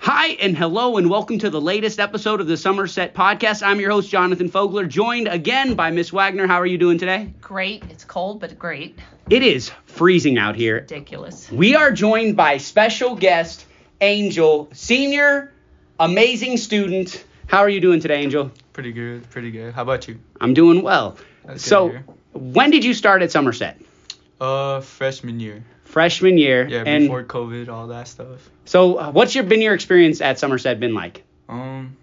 Hi and hello and welcome to the latest episode of the Somerset Podcast. I'm your host Jonathan Fogler, joined again by Miss Wagner. How are you doing today? Great. It's cold, but great. It is freezing out here. Ridiculous. We are joined by special guest Angel, senior, amazing student. How are you doing today, Angel? Pretty good, pretty good. How about you? I'm doing well. That's good to so, hear. when did you start at Somerset? Uh, freshman year. Freshman year. Yeah, and before COVID, all that stuff. so, uh, what's your been your experience at Somerset been like? Um,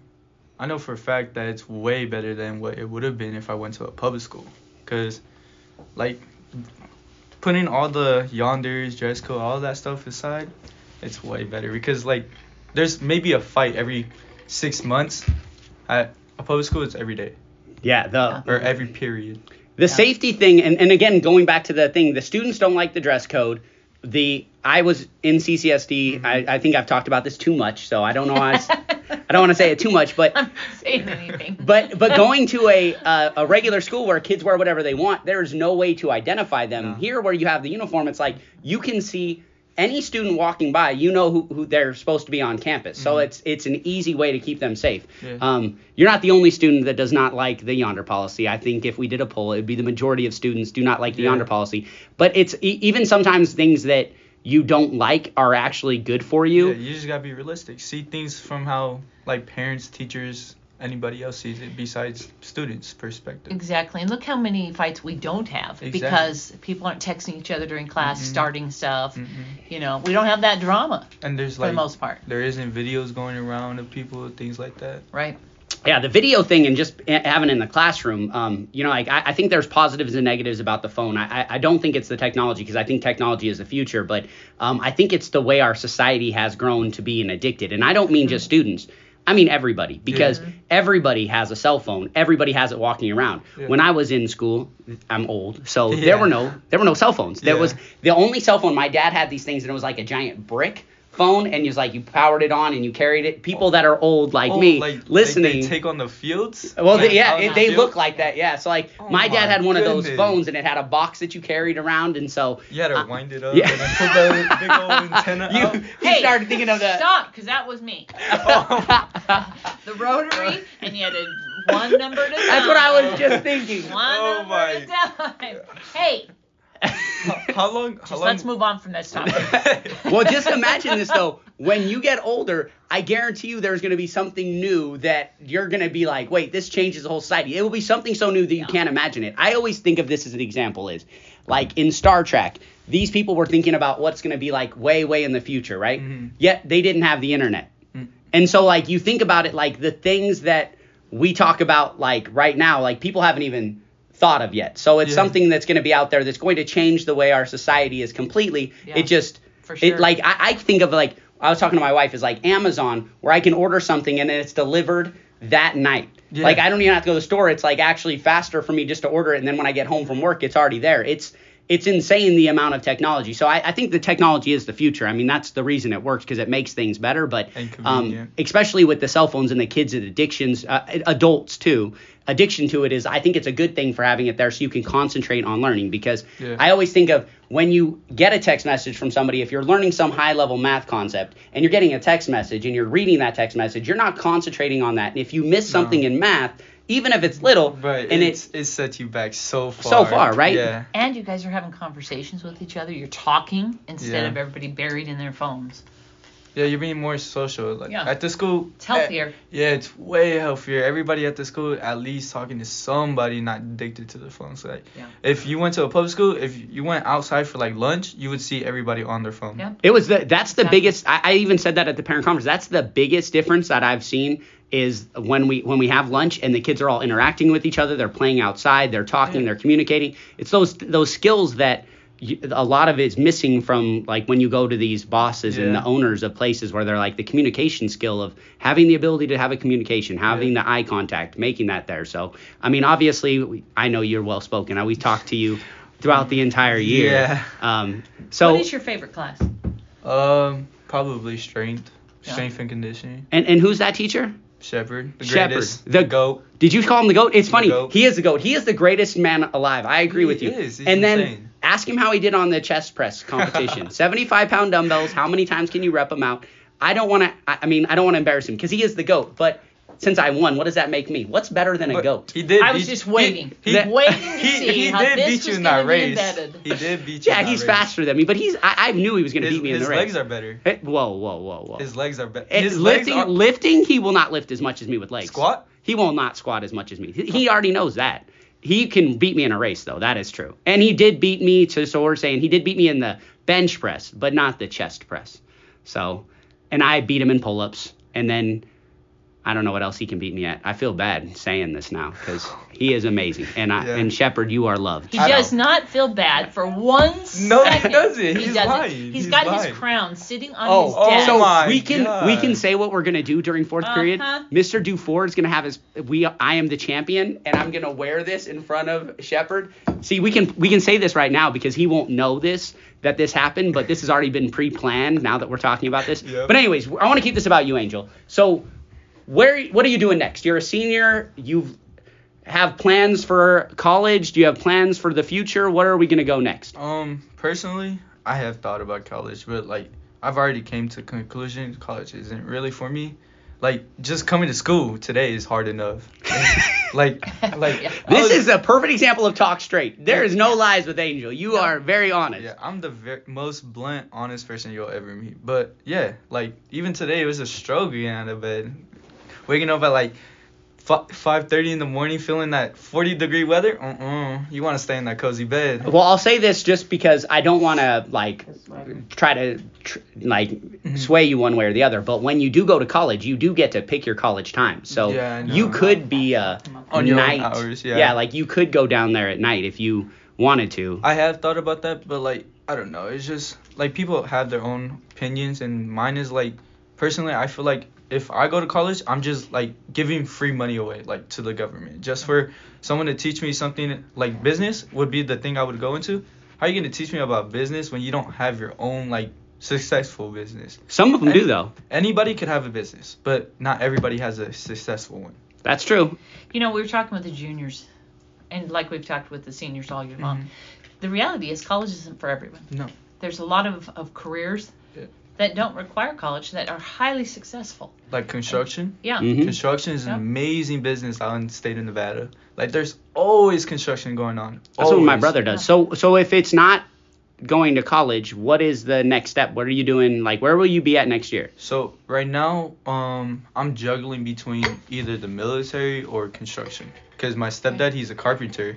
I know for a fact that it's way better than what it would have been if I went to a public school. Cause, like, putting all the yonders, dress code, all that stuff aside, it's way better. Because like, there's maybe a fight every six months. At a public school, it's every day Yeah, the or every period. The safety thing, and, and again, going back to the thing, the students don't like the dress code. The I was in CCSD. I, I think I've talked about this too much, so I don't know. Why I, s- I don't want to say it too much, but I'm not saying anything. but but going to a uh, a regular school where kids wear whatever they want, there is no way to identify them. Here, where you have the uniform, it's like you can see any student walking by, you know who, who they're supposed to be on campus. So it's it's an easy way to keep them safe. Mm-hmm. Yeah. Um, you're not the only student that does not like the yonder policy. I think if we did a poll, it'd be the majority of students do not like the Yeah. yonder policy. But it's e- even sometimes things that you don't like are actually good for you. Yeah, you just gotta be realistic. See things from how like parents, teachers, anybody else sees it besides students' perspective. exactly. And look how many fights we don't have Exactly. because people aren't texting each other during class, Mm-hmm. starting stuff. You know, we don't have that drama And there's for like the most part, there isn't videos going around of people, things like that. right? Yeah, the video thing and just a- having it in the classroom, um, you know, like I, I think there's positives and negatives about the phone. I, I- I don't think it's the technology because I think technology is the future, but um, I think it's the way our society has grown to being addicted. And I don't mean Mm-hmm. just students. I mean everybody because everybody has a cell phone. Everybody has it walking around. Yeah. When I was in school, I'm old, so Yeah. there were no there were no cell phones. There Yeah. was the only cell phone my dad had these things and it was like a giant brick phone and he was like you powered it on and you carried it. People that are old like Oh, me like, listening Like they take on the fields. well, they, Like, yeah, out in it, the they field? look like that. Yeah. So like Oh my dad my had one of those goodness. phones and it had a box that you carried around, and so You had to I- wind it up yeah. and then put the big old antenna you, out. you started thinking of the Stop, because that was me. Oh. the rotary, and you had a one number to That's what I was just thinking. One Oh number my- at a time. Hey, How, how long? How just long? let's move on from this topic. well, just imagine this though. When you get older, I guarantee you there's going to be something new that you're going to be like, wait, this changes the whole society. It will be something so new that you can't imagine it. I always think of this as an example is like in Star Trek, these people were thinking about what's going to be like way, way in the future, right? Yet they didn't have the internet. And so, like, you think about it, like, the things that we talk about, like, right now, like, people haven't even thought of yet. So, it's Yeah. something that's going to be out there that's going to change the way our society is completely. Yeah. It just, For it, sure. like, I, I think of, like, I was talking to my wife, is like Amazon, where I can order something and then it's delivered that night. Yeah. Like, I don't even have to go to the store. It's, like, actually faster for me just to order it. And then when I get home from work, it's already there. It's, it's insane the amount of technology. So I, I think the technology is the future. I mean, that's the reason it works because it makes things better. But And um, convenient. especially with the cell phones and the kids and addictions, uh, adults too. Addiction to it is, I think it's a good thing for having it there so you can concentrate on learning because Yeah. I always think of when you get a text message from somebody, if you're learning some high level math concept and you're getting a text message and you're reading that text message, you're not concentrating on that. And if you miss something in math, even if it's little, But and it's it set you back so far. So far, right? Yeah. And you guys are having conversations with each other. You're talking instead Yeah. of everybody buried in their phones. Yeah, you're being more social. Like Yeah. at the school, It's Eh, healthier. yeah, it's way healthier. Everybody at the school at least talking to somebody not addicted to the phone. So like, Yeah. if you went to a public school, if you went outside for like lunch, you would see everybody on their phone. Yeah. It was the that's the Exactly. biggest. I, I even said that at the parent conference. That's the biggest difference that I've seen is when we when we have lunch and the kids are all interacting with each other. They're playing outside. They're talking. They're communicating. It's those those skills that you, a lot of it's missing from like when you go to these bosses and Yeah. the owners of places where they're like the communication skill of having the ability to have a communication, having the eye contact, making that there. So I mean, obviously, we- I know you're well spoken. I we talked to you throughout the entire year. Yeah. Um, so what is your favorite class? Um, probably strength, Yeah. strength and conditioning. And and who's that teacher? Shepherd, the Shepherd, greatest, the- the goat. Did you call him the goat? It's funny. goat. He is the goat. He is the greatest man alive. I agree He with you. is. He's and then insane. ask him how he did on the chest press competition. 75 pound dumbbells. How many times can you rep them out? I don't want to. I I mean, I don't want to embarrass him because he is the goat. But since I won, what does that make me? What's better than a But goat? He did. I was beat- just waiting. He, That- waiting to he, see he how did this beat was you in gonna that be race. embedded. He did beat you. yeah, in that he's race. faster than me, but he's. I, I knew he was going to His, beat me in his the race. legs are better. Eh, whoa, whoa, whoa, whoa. His legs are better. Eh, His legs lifting, are- lifting, he will not lift as much as me with legs. Squat? He will not squat as much as me. He, he already knows that. He can beat me in a race, though. That is true. And he did beat me, to, so we're saying he did beat me in the bench press, but not the chest press. So, and I beat him in pull ups. And then I don't know what else he can beat me at. I feel bad saying this now because he is amazing. And, I, Yeah. and Shepard, you are loved. He I does don't- not feel bad for one No, he second. doesn't. He He's doesn't. lying. he's He's got lying. his crown sitting on his Oh, desk. so my we can we God. can say what we're gonna do during 4th period. Uh-huh. Mr. Dufour is gonna have his we I am the champion and I'm gonna wear this in front of Shepard. See, we can we can say this right now because he won't know this that this happened, but this has already been pre-planned. Now that we're talking about this, Yep. but anyways, I want to keep this about you, Angel. So where what are you doing next? You're a senior. You've have plans for college? Do you have plans for the future? Where are we gonna go next? Um, personally, I have thought about college, but like I've already came to conclusion college isn't really for me. Like just coming to school today is hard enough. like like Yeah. I This was- is a perfect example of talk straight. There is no lies with Angel. You are very honest. yeah, I'm the ver- most blunt, honest person you'll ever meet. But yeah, like even today it was a struggle getting out of bed, waking up at like fi- 5:30 in the morning, feeling that 40 degree weather. Uh-uh. You want to stay in that cozy bed. Well, I'll say this just because I don't want to like try to tr- like Mm-hmm. sway you one way or the other. But when you do go to college, you do get to pick your college time. So Yeah, I know. you could be a On your own night. hours, yeah. like you could go down there at night if you wanted to. I have thought about that, but like I don't know. It's just like people have their own opinions, and mine is like personally, I feel like if I go to college, I'm just like giving free money away, like to the government, just for someone to teach me something like business would be the thing I would go into. How are you gonna teach me about business when you don't have your own like successful business? Some of them do though. Anybody could have a business, but not everybody has a successful one. That's true. You know, we were talking with the juniors, and like we've talked with the seniors all year long. The reality is, college isn't for everyone. Mm-hmm. No. There's a lot of, of careers Yeah. that don't require college that are highly successful. Like construction. Yeah. Mhm. Construction is an Yep. amazing business out in the state of Nevada. Like there's always construction going on. That's what my Always. brother does. So so if it's not going to college, what is the next step? What are you doing? Like where will you be at next year? So right now, um, I'm juggling between either the military or construction. Cause my stepdad, he's a carpenter,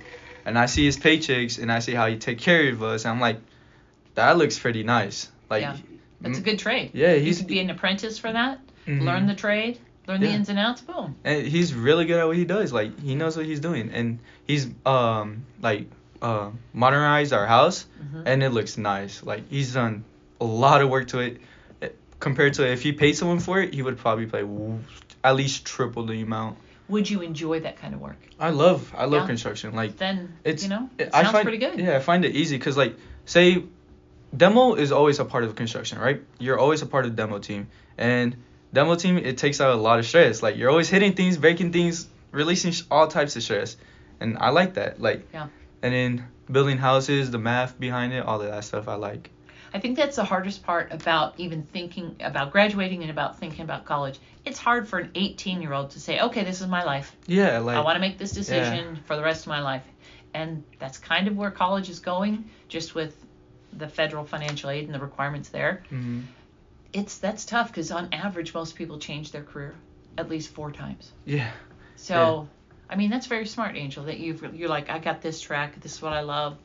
and I see his paychecks and I see how he take care of us. And I'm like, that looks pretty nice. Like, Yeah. That's a good trade. Mm-hmm. Yeah, You he's- could be an apprentice for that, Mhm. learn the trade, learn the Yeah. ins and outs, boom. and he's really good at what he does. Like he knows what he's doing, and he's um like uh, modernized our house, and it looks nice. Like he's done a lot of work to it. Eh, Compared to if he paid someone for it, he would probably pay w- at least triple the amount. Would you enjoy that kind of work? I love I love Yeah. construction. Like Then, it's you know, it- it I sounds find- pretty good. Yeah, I find it easy because like say demo is always a part of construction, right? You're always a part of demo team, and demo team it takes out a lot of stress. Like you're always hitting things, breaking things, releasing sh- all types of stress, and I like that. Like Yeah. and then building houses, the math behind it, all of that stuff I like. I think that's the hardest part about even thinking about graduating and about thinking about college. It's hard for an 18 year old to say, okay, this is my life. Yeah, like I want to make this decision for the rest of my life. And that's kind of where college is going, just with the federal financial aid and the requirements there. Mhm. It's that's tough because on average, most people change their career at least four times. yeah. So, I mean, that's very smart, Angel. That you've you're like, I got this track. This is what I love.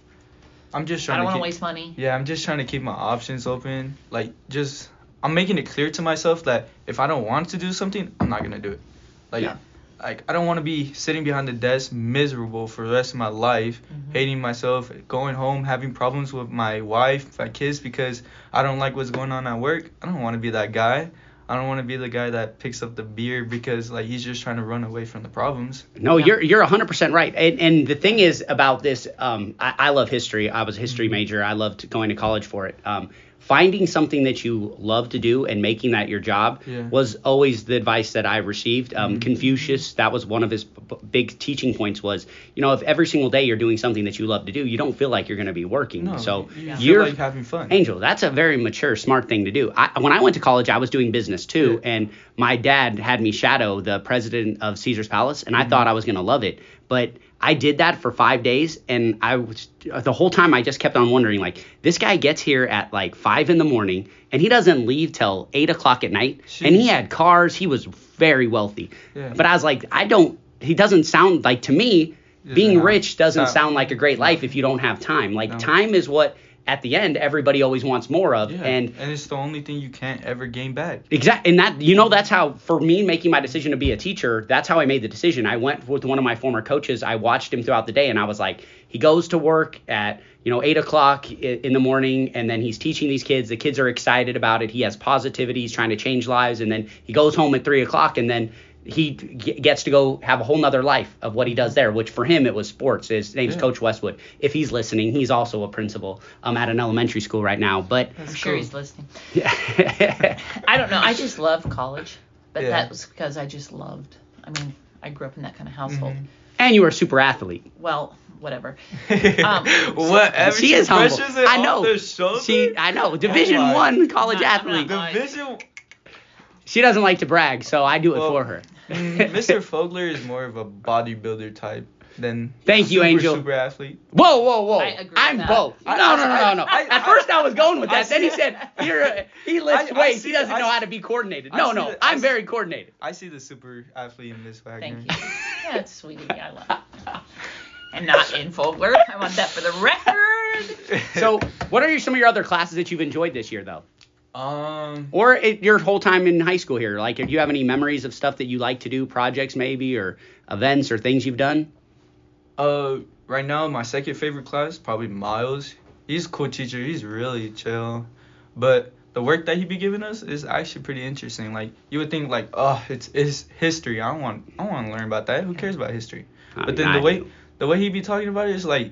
I'm just I trying don't to want to keep- waste money. Yeah, I'm just trying to keep my options open. Like, just I'm making it clear to myself that if I don't want to do something, I'm not gonna do it. Like, Yeah. like I don't want to be sitting behind the desk miserable for the rest of my life, hating myself, going home having problems with my wife, my kids because I don't like what's going on at work. I don't want to be that guy. I don't want to be the guy that picks up the beer because like he's just trying to run away from the problems. No, Yeah. you're you're 100% right. And, and the thing Mm-hmm. is about this, um, I, I love history. I was a history major. I loved going to college for it. Um, finding something that you love to do and making that your job Yeah. was always the advice that I received. Um, Mhm. Confucius, that was one of his b- b- big teaching points was, you know, if every single day you're doing something that you love to do, you don't feel like you're going to be working. No, so you Yeah. feel you're like having fun. Angel, that's a very mature, smart thing to do. I, when I went to college, I was doing business too, and my dad had me shadow the president of Caesar's Palace, and I Mm-hmm. thought I was going to love it. But I did that for five days, and I was the whole time I just kept on wondering, like, this guy gets here at like five in the morning, and he doesn't leave till eight o'clock at night, and he Jeez. had cars, he was very wealthy. Yeah. But I was like, I don't. He doesn't sound like to me. Doesn't Being have- rich doesn't not- sound like a great life if you don't have time. Like No. time is what at the end everybody always wants more of Yeah. and it's the only thing you can't ever gain back. exact and that you know that's how for me making my decision to be a teacher that's how i made the decision i went with one of my former coaches i watched him throughout the day and i was like he goes to work at you know eight o'clock i- in the morning and then he's teaching these kids the kids are excited about it he has positivity he's trying to change lives and then he goes home at three o'clock and then he g- gets to go have a whole nother life of what he does there, which for him it was sports. His name's Yeah. Coach Westwood. If he's listening, he's also a principal um, at an elementary school right now. But I'm That's sure cool. he's listening. yeah. I don't know. I just love college, but Yeah. that was because I just loved. I mean, I grew up in that kind of household. Mhm. and you were a super athlete. Well, whatever. Mm-hmm. Um, Whatever. she is humble. pressures it I off know. their shoulder? She, I know. Division my. One college I'm not- I'm athlete. not- Division. She doesn't like to brag, so I do it Well, for her. Mm, Mr. Fogler is more of a bodybuilder type than Thank you, super, Angel. Super athlete. Whoa, whoa, whoa! I agree with am that. both. I- no, no, no, no, I- no. I- At I- first, I was going with I that. then he see- said, "You're a, he lifts I- I weights. he see- doesn't I know see- how to be coordinated." I No, see no, that- I I'm see- very coordinated. I see the super athlete in Miss Wagner. Thank you. Yeah, That's sweet of you. I love. It. And not in Fogler. I want that for the record. So, what are your, some of your other classes that you've enjoyed this year, though, um, or it, your whole time in high school here? Like, do you have any memories of stuff that you like to do, projects maybe, or events or things you've done? uh, right now my second favorite class probably Miles. He's a cool teacher. He's really chill, but the work that he be giving us is actually pretty interesting. Like you would think like, oh, it's it's history. I don't want I don't want to learn about that. Who cares about history? I mean, But then I the way do. the way he be talking about it is like,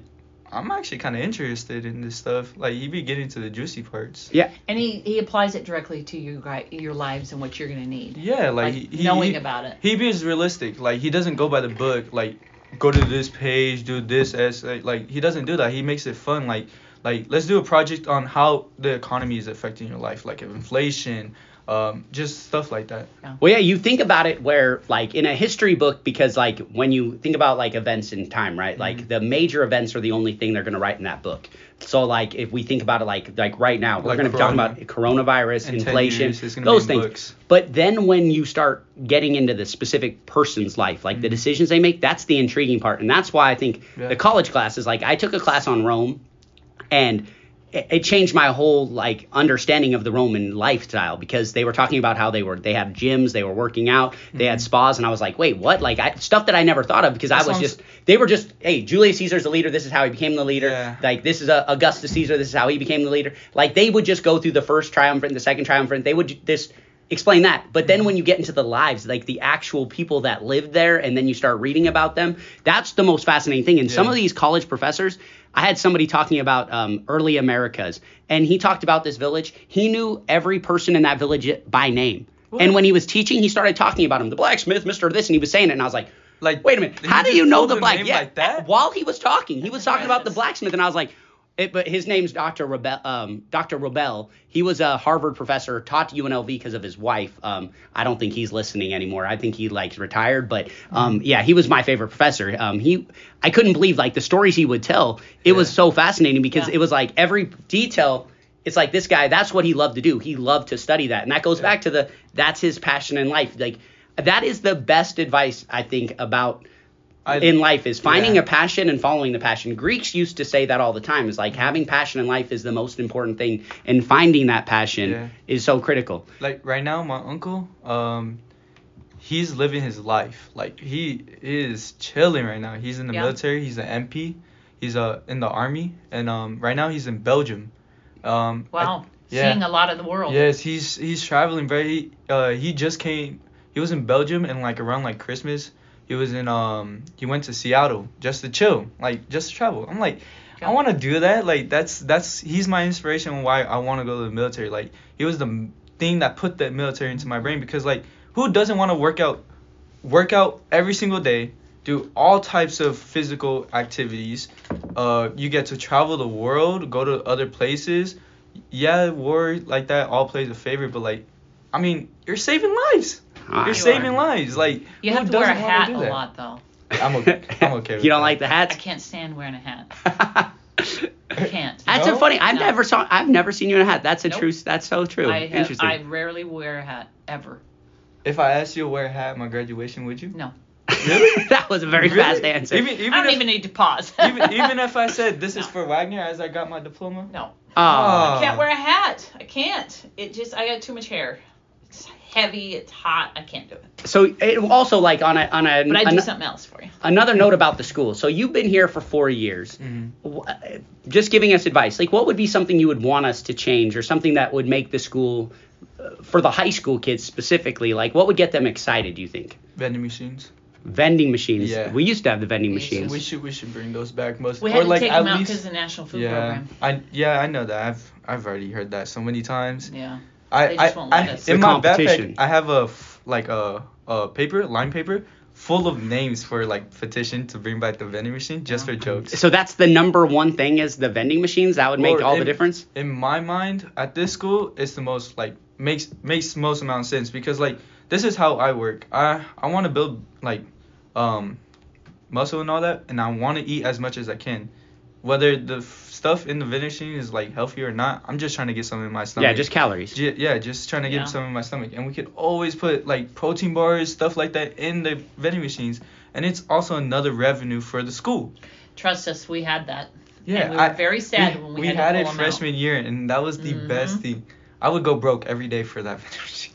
I'm actually kind of interested in this stuff. Like he be getting to the juicy parts. Yeah. And he, he applies it directly to your gri- your lives and what you're gonna need. Yeah, Like, like, he, he- knowing he- about it. He be as realistic. Like he doesn't go by the book. Like go to this page, do this essay. Like he doesn't do that. He makes it fun. Like like let's do a project on how the economy is affecting your life, like inflation, um, just stuff like that. Well, yeah, you think about it where, like, in a history book, because, like, when you think about, like, events in time, Mm-hmm. right? Like, the major events are the only thing they're going to write in that book. So, like, if we think about it, like, like right now, we're Like going to be talking about coronavirus, In 10 inflation, years, it's gonna be those in things. books. But then when you start getting into the specific person's life, like the decisions they make, that's the intriguing part. And that's why I think Mm-hmm. Yeah. the college classes, like, I took a class on Rome and it it changed my whole like understanding of the Roman lifestyle because they were talking about how they were they had gyms, they were working out, they had spas, and I was like, wait, what? Like I, stuff that I never thought of because I Mm-hmm. That was sounds- just they were just hey, Julius Caesar's the leader, this is how he became the leader. Yeah. Like this is uh, Augustus Caesar, this is how he became the leader. Like they would just go through the first triumvirate, the second triumvirate, they would ju- just explain that but then when you get into the lives like the actual people that lived there and then you start reading about them that's the most fascinating thing and some Yeah. of these these college professors, I had somebody talking about um, early Americas, and he talked about this village. He knew every person in that village by name. And when he was teaching, he started talking about him, the blacksmith, Mr. This, and he was saying it, and I was like, Like, wait a minute, he how do just you know told the the black? name Yeah, like that? while he was talking, he was talking about the Yes. blacksmith, and I was like, it, but his name's Dr. Rebel. Um, Dr. Rebel. He was a Harvard professor, taught UNLV because of his wife. Um, I don't think he's listening anymore. I think he like retired, but um, Mm-hmm. yeah, he was my favorite professor. Um, he, I couldn't believe like the stories he would tell. It was Yeah. so fascinating because Yeah. it was like every detail. It's like this guy. That's what he loved to do. He loved to study that, and that goes back to the that's his passion in life. Like that is the best advice I think about I- in life is finding Yeah. a passion and following the passion. Greeks used to say that all the time. Is like having passion in life is the most important thing, and finding that passion Yeah. is so critical. like right now my uncle um he's living his life like he is chilling right now he's in the Yeah. military he's an mp he's uh in the army and um right now he's in belgium um I- Wow. yeah. Seeing a lot of the world. yes he's he's traveling very uh he just came he was in belgium and like around like christmas he was in um he went to seattle just to chill like just to travel i'm like Go. I want to do that. Like that's that's he's my inspiration why I want to go to the military. Like he was the m- thing that put the military into my brain because like who doesn't want to work out work out every single day, do all types of physical activities. Uh you get to travel the world, go to other places. Yeah, war like that all plays a favor, but like I mean, you're saving lives. Ah, you You're saving are. lives. Like You who have to wear a doesn't wanna hat do a that? lot though. I'm okay. I'm okay with you don't that. like the I hats? can't stand wearing a hat. I That's can't. so No? funny. I've No. never saw. I've never seen you in a hat. That's a Nope. true. That's so true. I have, Interesting. I rarely wear a hat ever. If I asked you to wear a hat at my graduation, would you? No. Really? that was a very Really? fast answer. Even, even I don't if, even need to pause. even, even if I said this is for Wagner as I got my diploma. no. oh, Oh. I can't wear a hat. I can't. It just I got too much hair. It's heavy. It's hot. I can't do it. so it, also like on a on a But I do an- something else for you. another note about the school. So you've been here for four years. Mhm. Wh- uh, Just giving us advice. Like, what would be something you would want us to change, or something that would make the school, uh, for the high school kids specifically, like what would get them excited? Do you think? Vending machines. Vending machines. Yeah. We used to have the vending We used to. machines. We should we should bring those back most We or had to like take at them out because least. of the national food yeah, program. I yeah I know that I've I've already heard that so many times. Yeah. I They just I, won't let I- us. in The my competition. backpack I have a f- like a a paper line paper full of names for like petition to bring back the vending machine Oh. just for jokes. So that's the number one thing is the vending machines. That would make Or all in- the difference. In my mind, at this school, it's the most like makes makes most amount of sense because like this is how I work. I I want to build like um muscle and all that, and I want to eat as much as I can. Whether the f- stuff in the vending machine is like healthy or not, I'm just trying to get some in my stomach. Yeah, just calories. Ju- yeah, just trying to get Yeah. some in my stomach. And we could always put like protein bars, stuff like that, in the vending machines, and it's also another revenue for the school. Trust us, we had that. Yeah, and we were I- very sad when we, had, to it pull 'em out. freshman year, and that was the best Mhm. thing. I would go broke every day for that vending machine.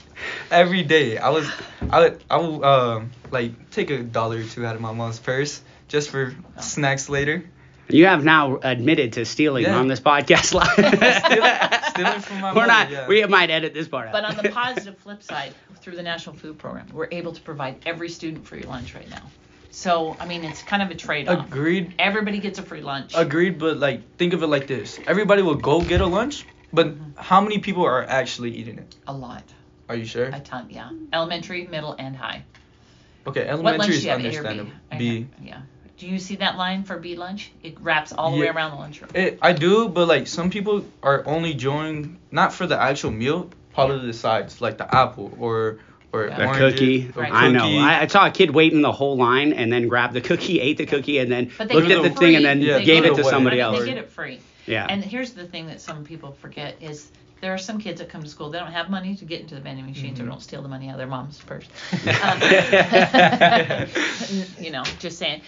every day, I was, I would, I would, um, like take a dollar or two out of my mom's purse just for Oh. snacks later. You have now admitted to stealing Yeah. on this podcast live. stealing from my We're mother, not. yeah. We might edit this part out. But on the positive flip side, through the National Food Program, we're able to provide every student free lunch right now. So, I mean, it's kind of a trade off. Agreed. Everybody gets a free lunch. Agreed, but like think of it like this: everybody will go get a lunch, but Mm-hmm. how many people are actually eating it? a lot. Are you sure? A ton, yeah. Elementary, middle, and high. Okay, what lunch elementary do is you have, A or understandable. B? I B. know, Yeah. Do you see that line for B lunch? It wraps all the way Yeah. around the lunchroom. It, I do, but like some people are only joining not for the actual meal, part of the sides, like the apple or or Yeah. the oranges cookie. or Right. I know. cookie. I, I saw a kid waiting the whole line and then grabbed the cookie, ate the cookie, and then But they looked get at it the free. thing and then Yeah, They gave get it to away. somebody I mean, else. They get it free. Yeah. And here's the thing that some people forget is there are some kids that come to school, they don't have money to get into the vending machines Mm-hmm. or don't steal the money out of their mom's purse. Uh, you know, just saying.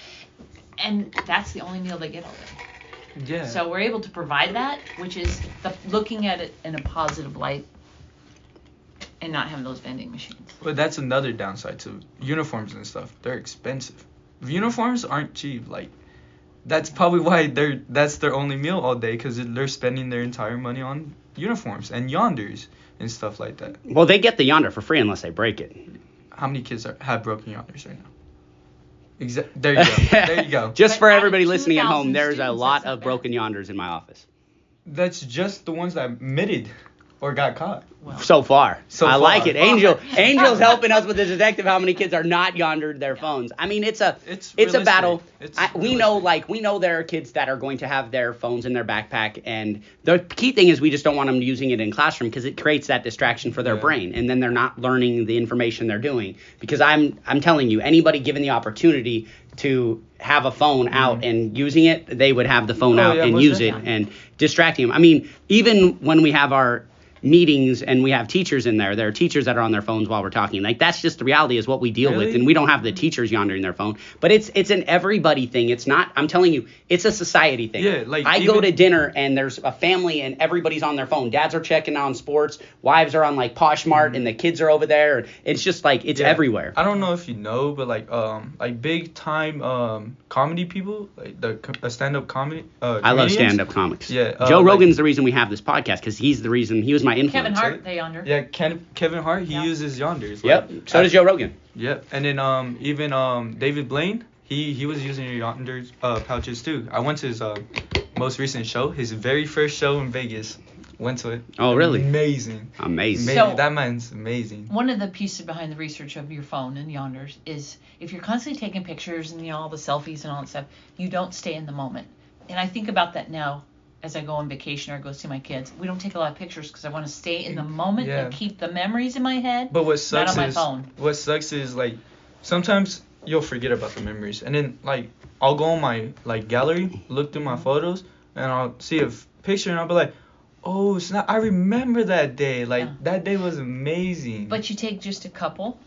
And that's the only meal they get all day. yeah. So we're able to provide that, which is the, looking at it in a positive light and not having those vending machines. but that's another downside to uniforms and stuff. They're expensive. Uniforms aren't cheap. Like that's probably why they're that's their only meal all day because they're spending their entire money on uniforms and yonders and stuff like that. well, they get the yonder for free unless they break it. How many kids are, have broken yonders right now? Exa- there you go. there you go. Just But for out of everybody listening at 2,000 home, there's a students, lot that's not of bad. broken yonders in my office That's just the ones that admitted or got caught. Well, so far. So I far. like it. Angel, Angel's helping us with the detective. How many kids are not yondered their phones? I mean, it's a It's it's a realistic. battle. It's I, we know, realistic. like we know, there are kids that are going to have their phones in their backpack, and the key thing is we just don't want them using it in classroom because it creates that distraction for their Yeah. brain, and then they're not learning the information they're doing. Because I'm I'm telling you, anybody given the opportunity to have a phone out and using it, they would have the phone Mm-hmm. Oh, out yeah, and most use it definitely. and distracting them. I mean, even when we have our meetings and we have teachers in there, there are teachers that are on their phones while we're talking. Like that's just the reality is what we deal with, Really? and we don't have the teachers yonder in their phone. But it's it's an everybody thing. It's not. I'm telling you, it's a society thing. Yeah, like, I go even- to dinner and there's a family and everybody's on their phone. Dads are checking on sports, wives are on like Poshmart, and the kids are over there. It's just like it's Mm-hmm. Yeah. everywhere. I don't know if you know, but like um like big time um comedy people like the co- uh, stand up comedy. Uh, I love comedians. stand up comics. Yeah, uh, Joe like- Rogan's the reason we have this podcast because he's the reason he was my influence. Kevin it. Hart, they yonder. Yeah, Ken, Kevin Hart he Yeah. uses yonders. Yep. like- uh, So does Joe Rogan. Yep. And then um even um David Blaine he he was using yonders uh pouches too. I went to his uh, most recent show, his very first show in Vegas. Went to it. Oh, really? Amazing. Amazing. Amazing. So- that man's amazing. One of the pieces behind the research of your phone and yonders is if you're constantly taking pictures and you know, all the selfies and all that stuff, you don't stay in the moment. And I think about that now as I go on vacation or go see my kids. We don't take a lot of pictures because I want to stay in the moment and Mm, Yeah. keep the memories in my head. But what sucks on my is phone. what sucks is like sometimes you'll forget about the memories, and then like I'll go on my like gallery, look through my photos, and I'll see a f- picture, and I'll be like, oh, it's not. I remember that day. Like Yeah. that day was amazing. But you take just a couple.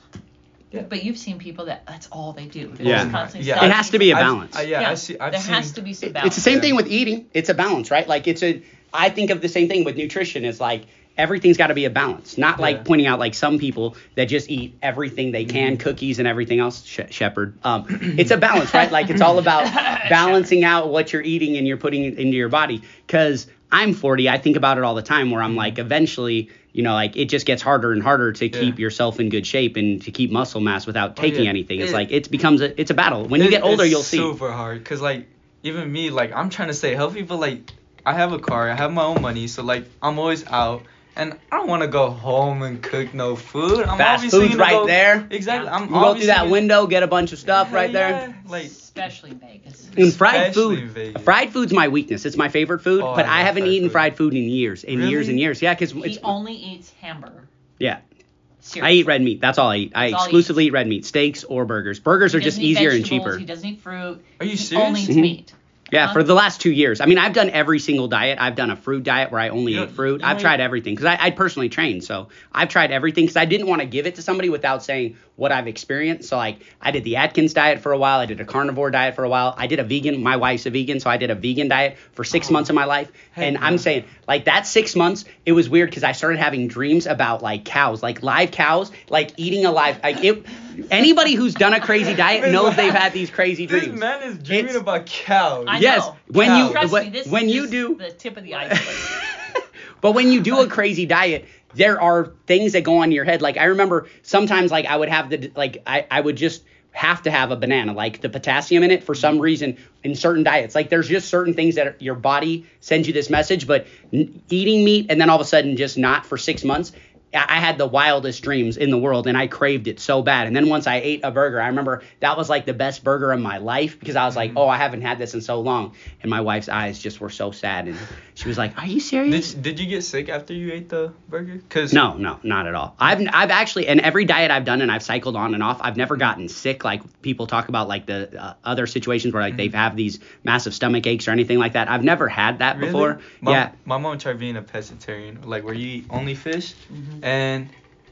Yeah. But you've seen people that that's all they do. They're Yeah. just constantly Yeah. It has to be a I've- balance. I, yeah, I see. I've there seen, has to be some It- balance. it's the same Yeah. thing with eating. It's a balance, right? Like it's a. I think of the same thing with nutrition. It's like everything's got to be a balance. Not like Yeah. Mm-hmm. pointing out like some people that just eat everything they can, cookies and everything else. She- Shepherd. Um, it's a balance, right? Like it's all about balancing out what you're eating and you're putting it into your body. Because I'm 40, I think about it all the time. Where Mm-hmm. I'm like, eventually, you know, like it just gets harder and harder to Yeah. keep yourself in good shape and to keep muscle mass without Oh, taking yeah. anything. It's It- like it becomes a it's a battle. When you It- get older, it's you'll see. Super hard, cause like even me, like I'm trying to stay healthy, but like I have a car, I have my own money, so like I'm always out, and I don't want to go home and cook no food. I'm Fast obviously food's gonna right go- there. Exactly. I'm You go through obviously that gonna- window, get a bunch of stuff right Hell there. yeah, Like especially Vegas. And fried Especially food. Vegas. Fried food's my weakness. It's my favorite food, Oh, but I love I haven't fried eaten food. fried food in years, in years Really? and years. Yeah, because He it's only eats hamburger. yeah. I Seriously. eat red meat. That's all I eat. I That's all you exclusively eat red meat, steaks or burgers. Burgers He are just doesn't eat easier and vegetables, cheaper. He doesn't eat fruit. Are you he serious? Only eats Mhm. meat. Yeah, Huh? for the last two years. I mean, I've done every single diet. I've done a fruit diet where I only You ate don't- fruit. you I've don't tried eat- everything because I, I personally trained. So I've tried everything because I didn't want to give it to somebody without saying what I've experienced. So, like, I did the Atkins diet for a while. I did a carnivore diet for a while. I did a vegan. My wife's a vegan. So I did a vegan diet for six months of my life. Hey, and man. I'm saying, like, that six months, it was weird because I started having dreams about, like, cows, like live cows, like eating a live. Like, it, anybody who's done a crazy diet knows they've had these crazy This dreams. man is dreaming It's- about cows. I Yes, know. when you- Trust when- me, this when is you just do- the tip of the iceberg. But when you do a crazy diet, there are things that go on in your head. Like I remember sometimes like I would have the like I, I would just have to have a banana, like the potassium in it for some reason in certain diets. Like there's just certain things that are- your body sends you this message, but n- eating meat and then all of a sudden just not for six months. I I had the wildest dreams in the world and I craved it so bad. And then once I ate a burger, I remember that was like the best burger of my life because I was like, oh, I haven't had this in so long. And my wife's eyes just were so sad. And she was like, are you serious? Did, did you get sick after you ate the burger? Cause No, no, not at all. I've I've actually and every diet I've done and I've cycled on and off. I've never gotten sick like people talk about like the uh, other situations where like they've have these massive stomach aches or anything like that. I've never had that Really? before. My, yeah. My mom tried being a pescatarian, like where you eat only fish, Mm-hmm. and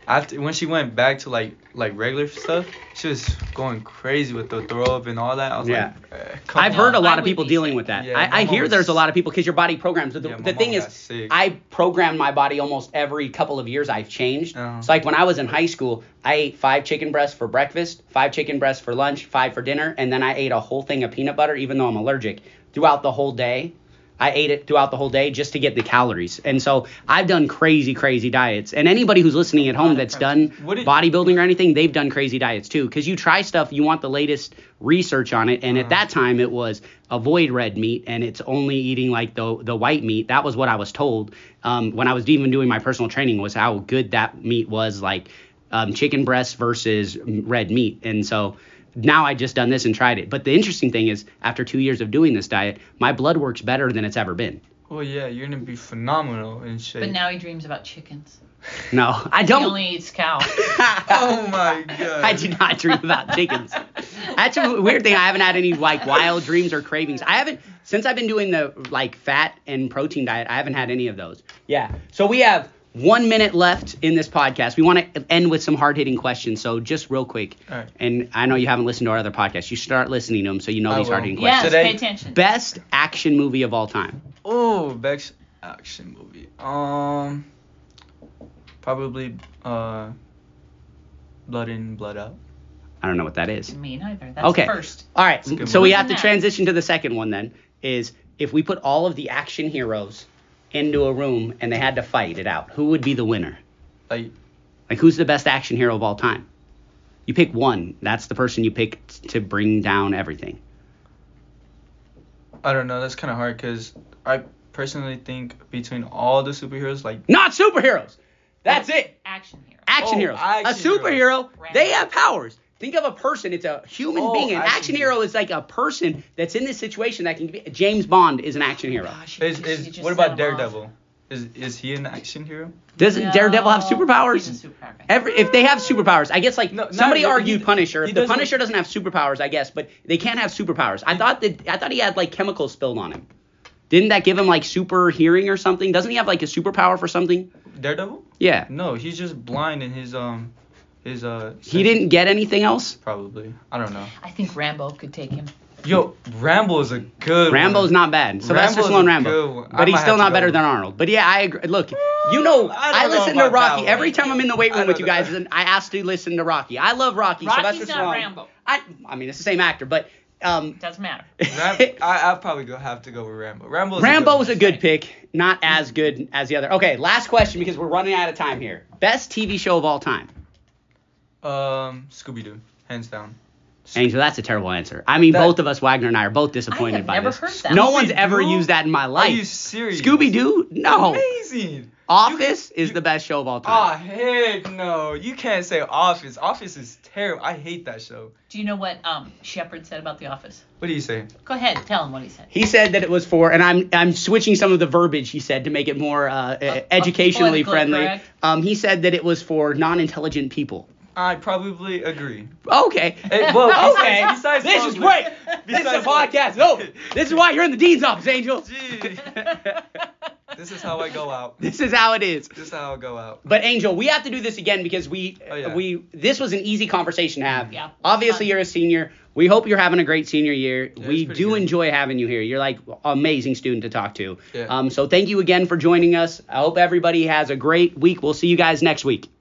after when she went back to like like regular stuff, she was going crazy with the throw up and all that. I was Yeah. like, eh, come I've heard a on. lot I of would people be dealing sick. with that. Yeah, I, I my hear mom there's a was- lot of people because your body programs. The, Yeah, my the mom thing is, got sick. I programmed my body almost every couple of years. I've changed. Uh-huh. So like when I was in high school, I ate five chicken breasts for breakfast, five chicken breasts for lunch, five for dinner, and then I ate a whole thing of peanut butter, even though I'm allergic, throughout the whole day. I ate it throughout the whole day just to get the calories. And so I've done crazy, crazy diets. And anybody who's listening at home that's done What did- bodybuilding or anything, they've done crazy diets too. Because you try stuff, you want the latest research on it. And at that time, it was avoid red meat and it's only eating like the the white meat. That was what I was told um, when I was even doing my personal training was how good that meat was, like um, chicken breast versus red meat. And so now I just done this and tried it. But the interesting thing is, after two years of doing this diet, my blood works better than it's ever been. Well, yeah, you're gonna be phenomenal in shape. But now he dreams about chickens. No, I He don't. only eats cow. oh my god. I do not dream about chickens. That's a weird thing. I haven't had any like wild dreams or cravings. I haven't since I've been doing the like fat and protein diet. I haven't had any of those. Yeah. So we have one minute left in this podcast. We want to end with some hard hitting questions. So just real quick, All right. and I know you haven't listened to our other podcasts. You start listening to them so you know I these will. hard hitting yes, questions. Today- pay attention. Best action movie of all time. Oh, best action movie. Um, probably uh, Blood In, Blood Out. I don't know what that is. Me neither. That's Okay. first. All right. a good So one. we have to Isn't that- transition to the second one then. Is if we put all of the action heroes into a room and they had to fight it out, who would be the winner? Like, Like who's the best action hero of all time? You pick one. That's the person you pick t- to bring down everything. I don't know. That's kind of hard because I personally think between all the superheroes, like Not superheroes. That's it. Action hero. Action Oh, heroes. a action superhero, heroes. they have powers. Think of a person. It's a human Oh, being. An action action hero. hero is like a person that's in this situation that can be. James Bond is an action hero. Gosh, you is, just- you is just set what about him off. Daredevil? Is is he an action hero? Doesn't Daredevil have No, he's superpowers? a superpower guy. Every if they have superpowers, I guess like No, not somebody really. argued He- Punisher. he The doesn't- Punisher doesn't have superpowers, I guess, but they can have superpowers. I thought that I thought he had like chemicals spilled on him. Didn't that give him like super hearing or something? Doesn't he have like a superpower for something? Daredevil? Yeah. No, he's just blind in his um his uh. He didn't get anything else. probably. I don't know. I think Rambo could take him. Yo, Rambo is a good. Rambo's not bad. Sylvester Rambo's Stallone a Rambo, good one. I but he's might still have to not go better with- than Arnold. But yeah, I agree. Look, you know, I I, don't know listen to about that Rocky one. every time I'm in the weight I room don't with you know. guys. and I ask to listen to Rocky. I love Rocky. Rocky's Sylvester not Stallone. Rambo. I, I mean, it's the same actor, but um, Doesn't matter. Ram- I I probably go have to go with Rambo. Rambo. Rambo is was a a good good pick, not as good as the other. Okay, last question because we're running out of time here. Best TV show of all time. one. um Scooby Doo, hands down. Angel, that's a terrible answer. I mean, That- both of us, Wagner and I, are both disappointed I have by never this. heard that. No one's ever Scooby-Doo? used that in my life. Are you serious? Scooby Doo? No. Amazing. Office is you- the best show of all time. Ah heck no! You can't say Office. Office is terrible. I hate that show. Do you know what um, Shepard said about The Office? What do you say? Go ahead, tell him what he said. He said that it was for, and I'm I'm switching some of the verbiage he said to make it more uh, uh, educationally politically friendly. correct. Um, he said that it was for non-intelligent people. I probably agree. Okay. Hey, well, okay. besides- besides this is Baldwin- great. This is a besides- podcast. No, this is why you're in the dean's office, Angel. Gee. this is how I go out. This is how it is. This is how I go out. But Angel, we have to do this again because we Oh, yeah. we this was an easy conversation to have. Yeah. Obviously, Fun. you're a senior. We hope you're having a great senior year. it's we pretty do good. enjoy having you here. You're like amazing student to talk to. Yeah. Um, so thank you again for joining us. I hope everybody has a great week. We'll see you guys next week.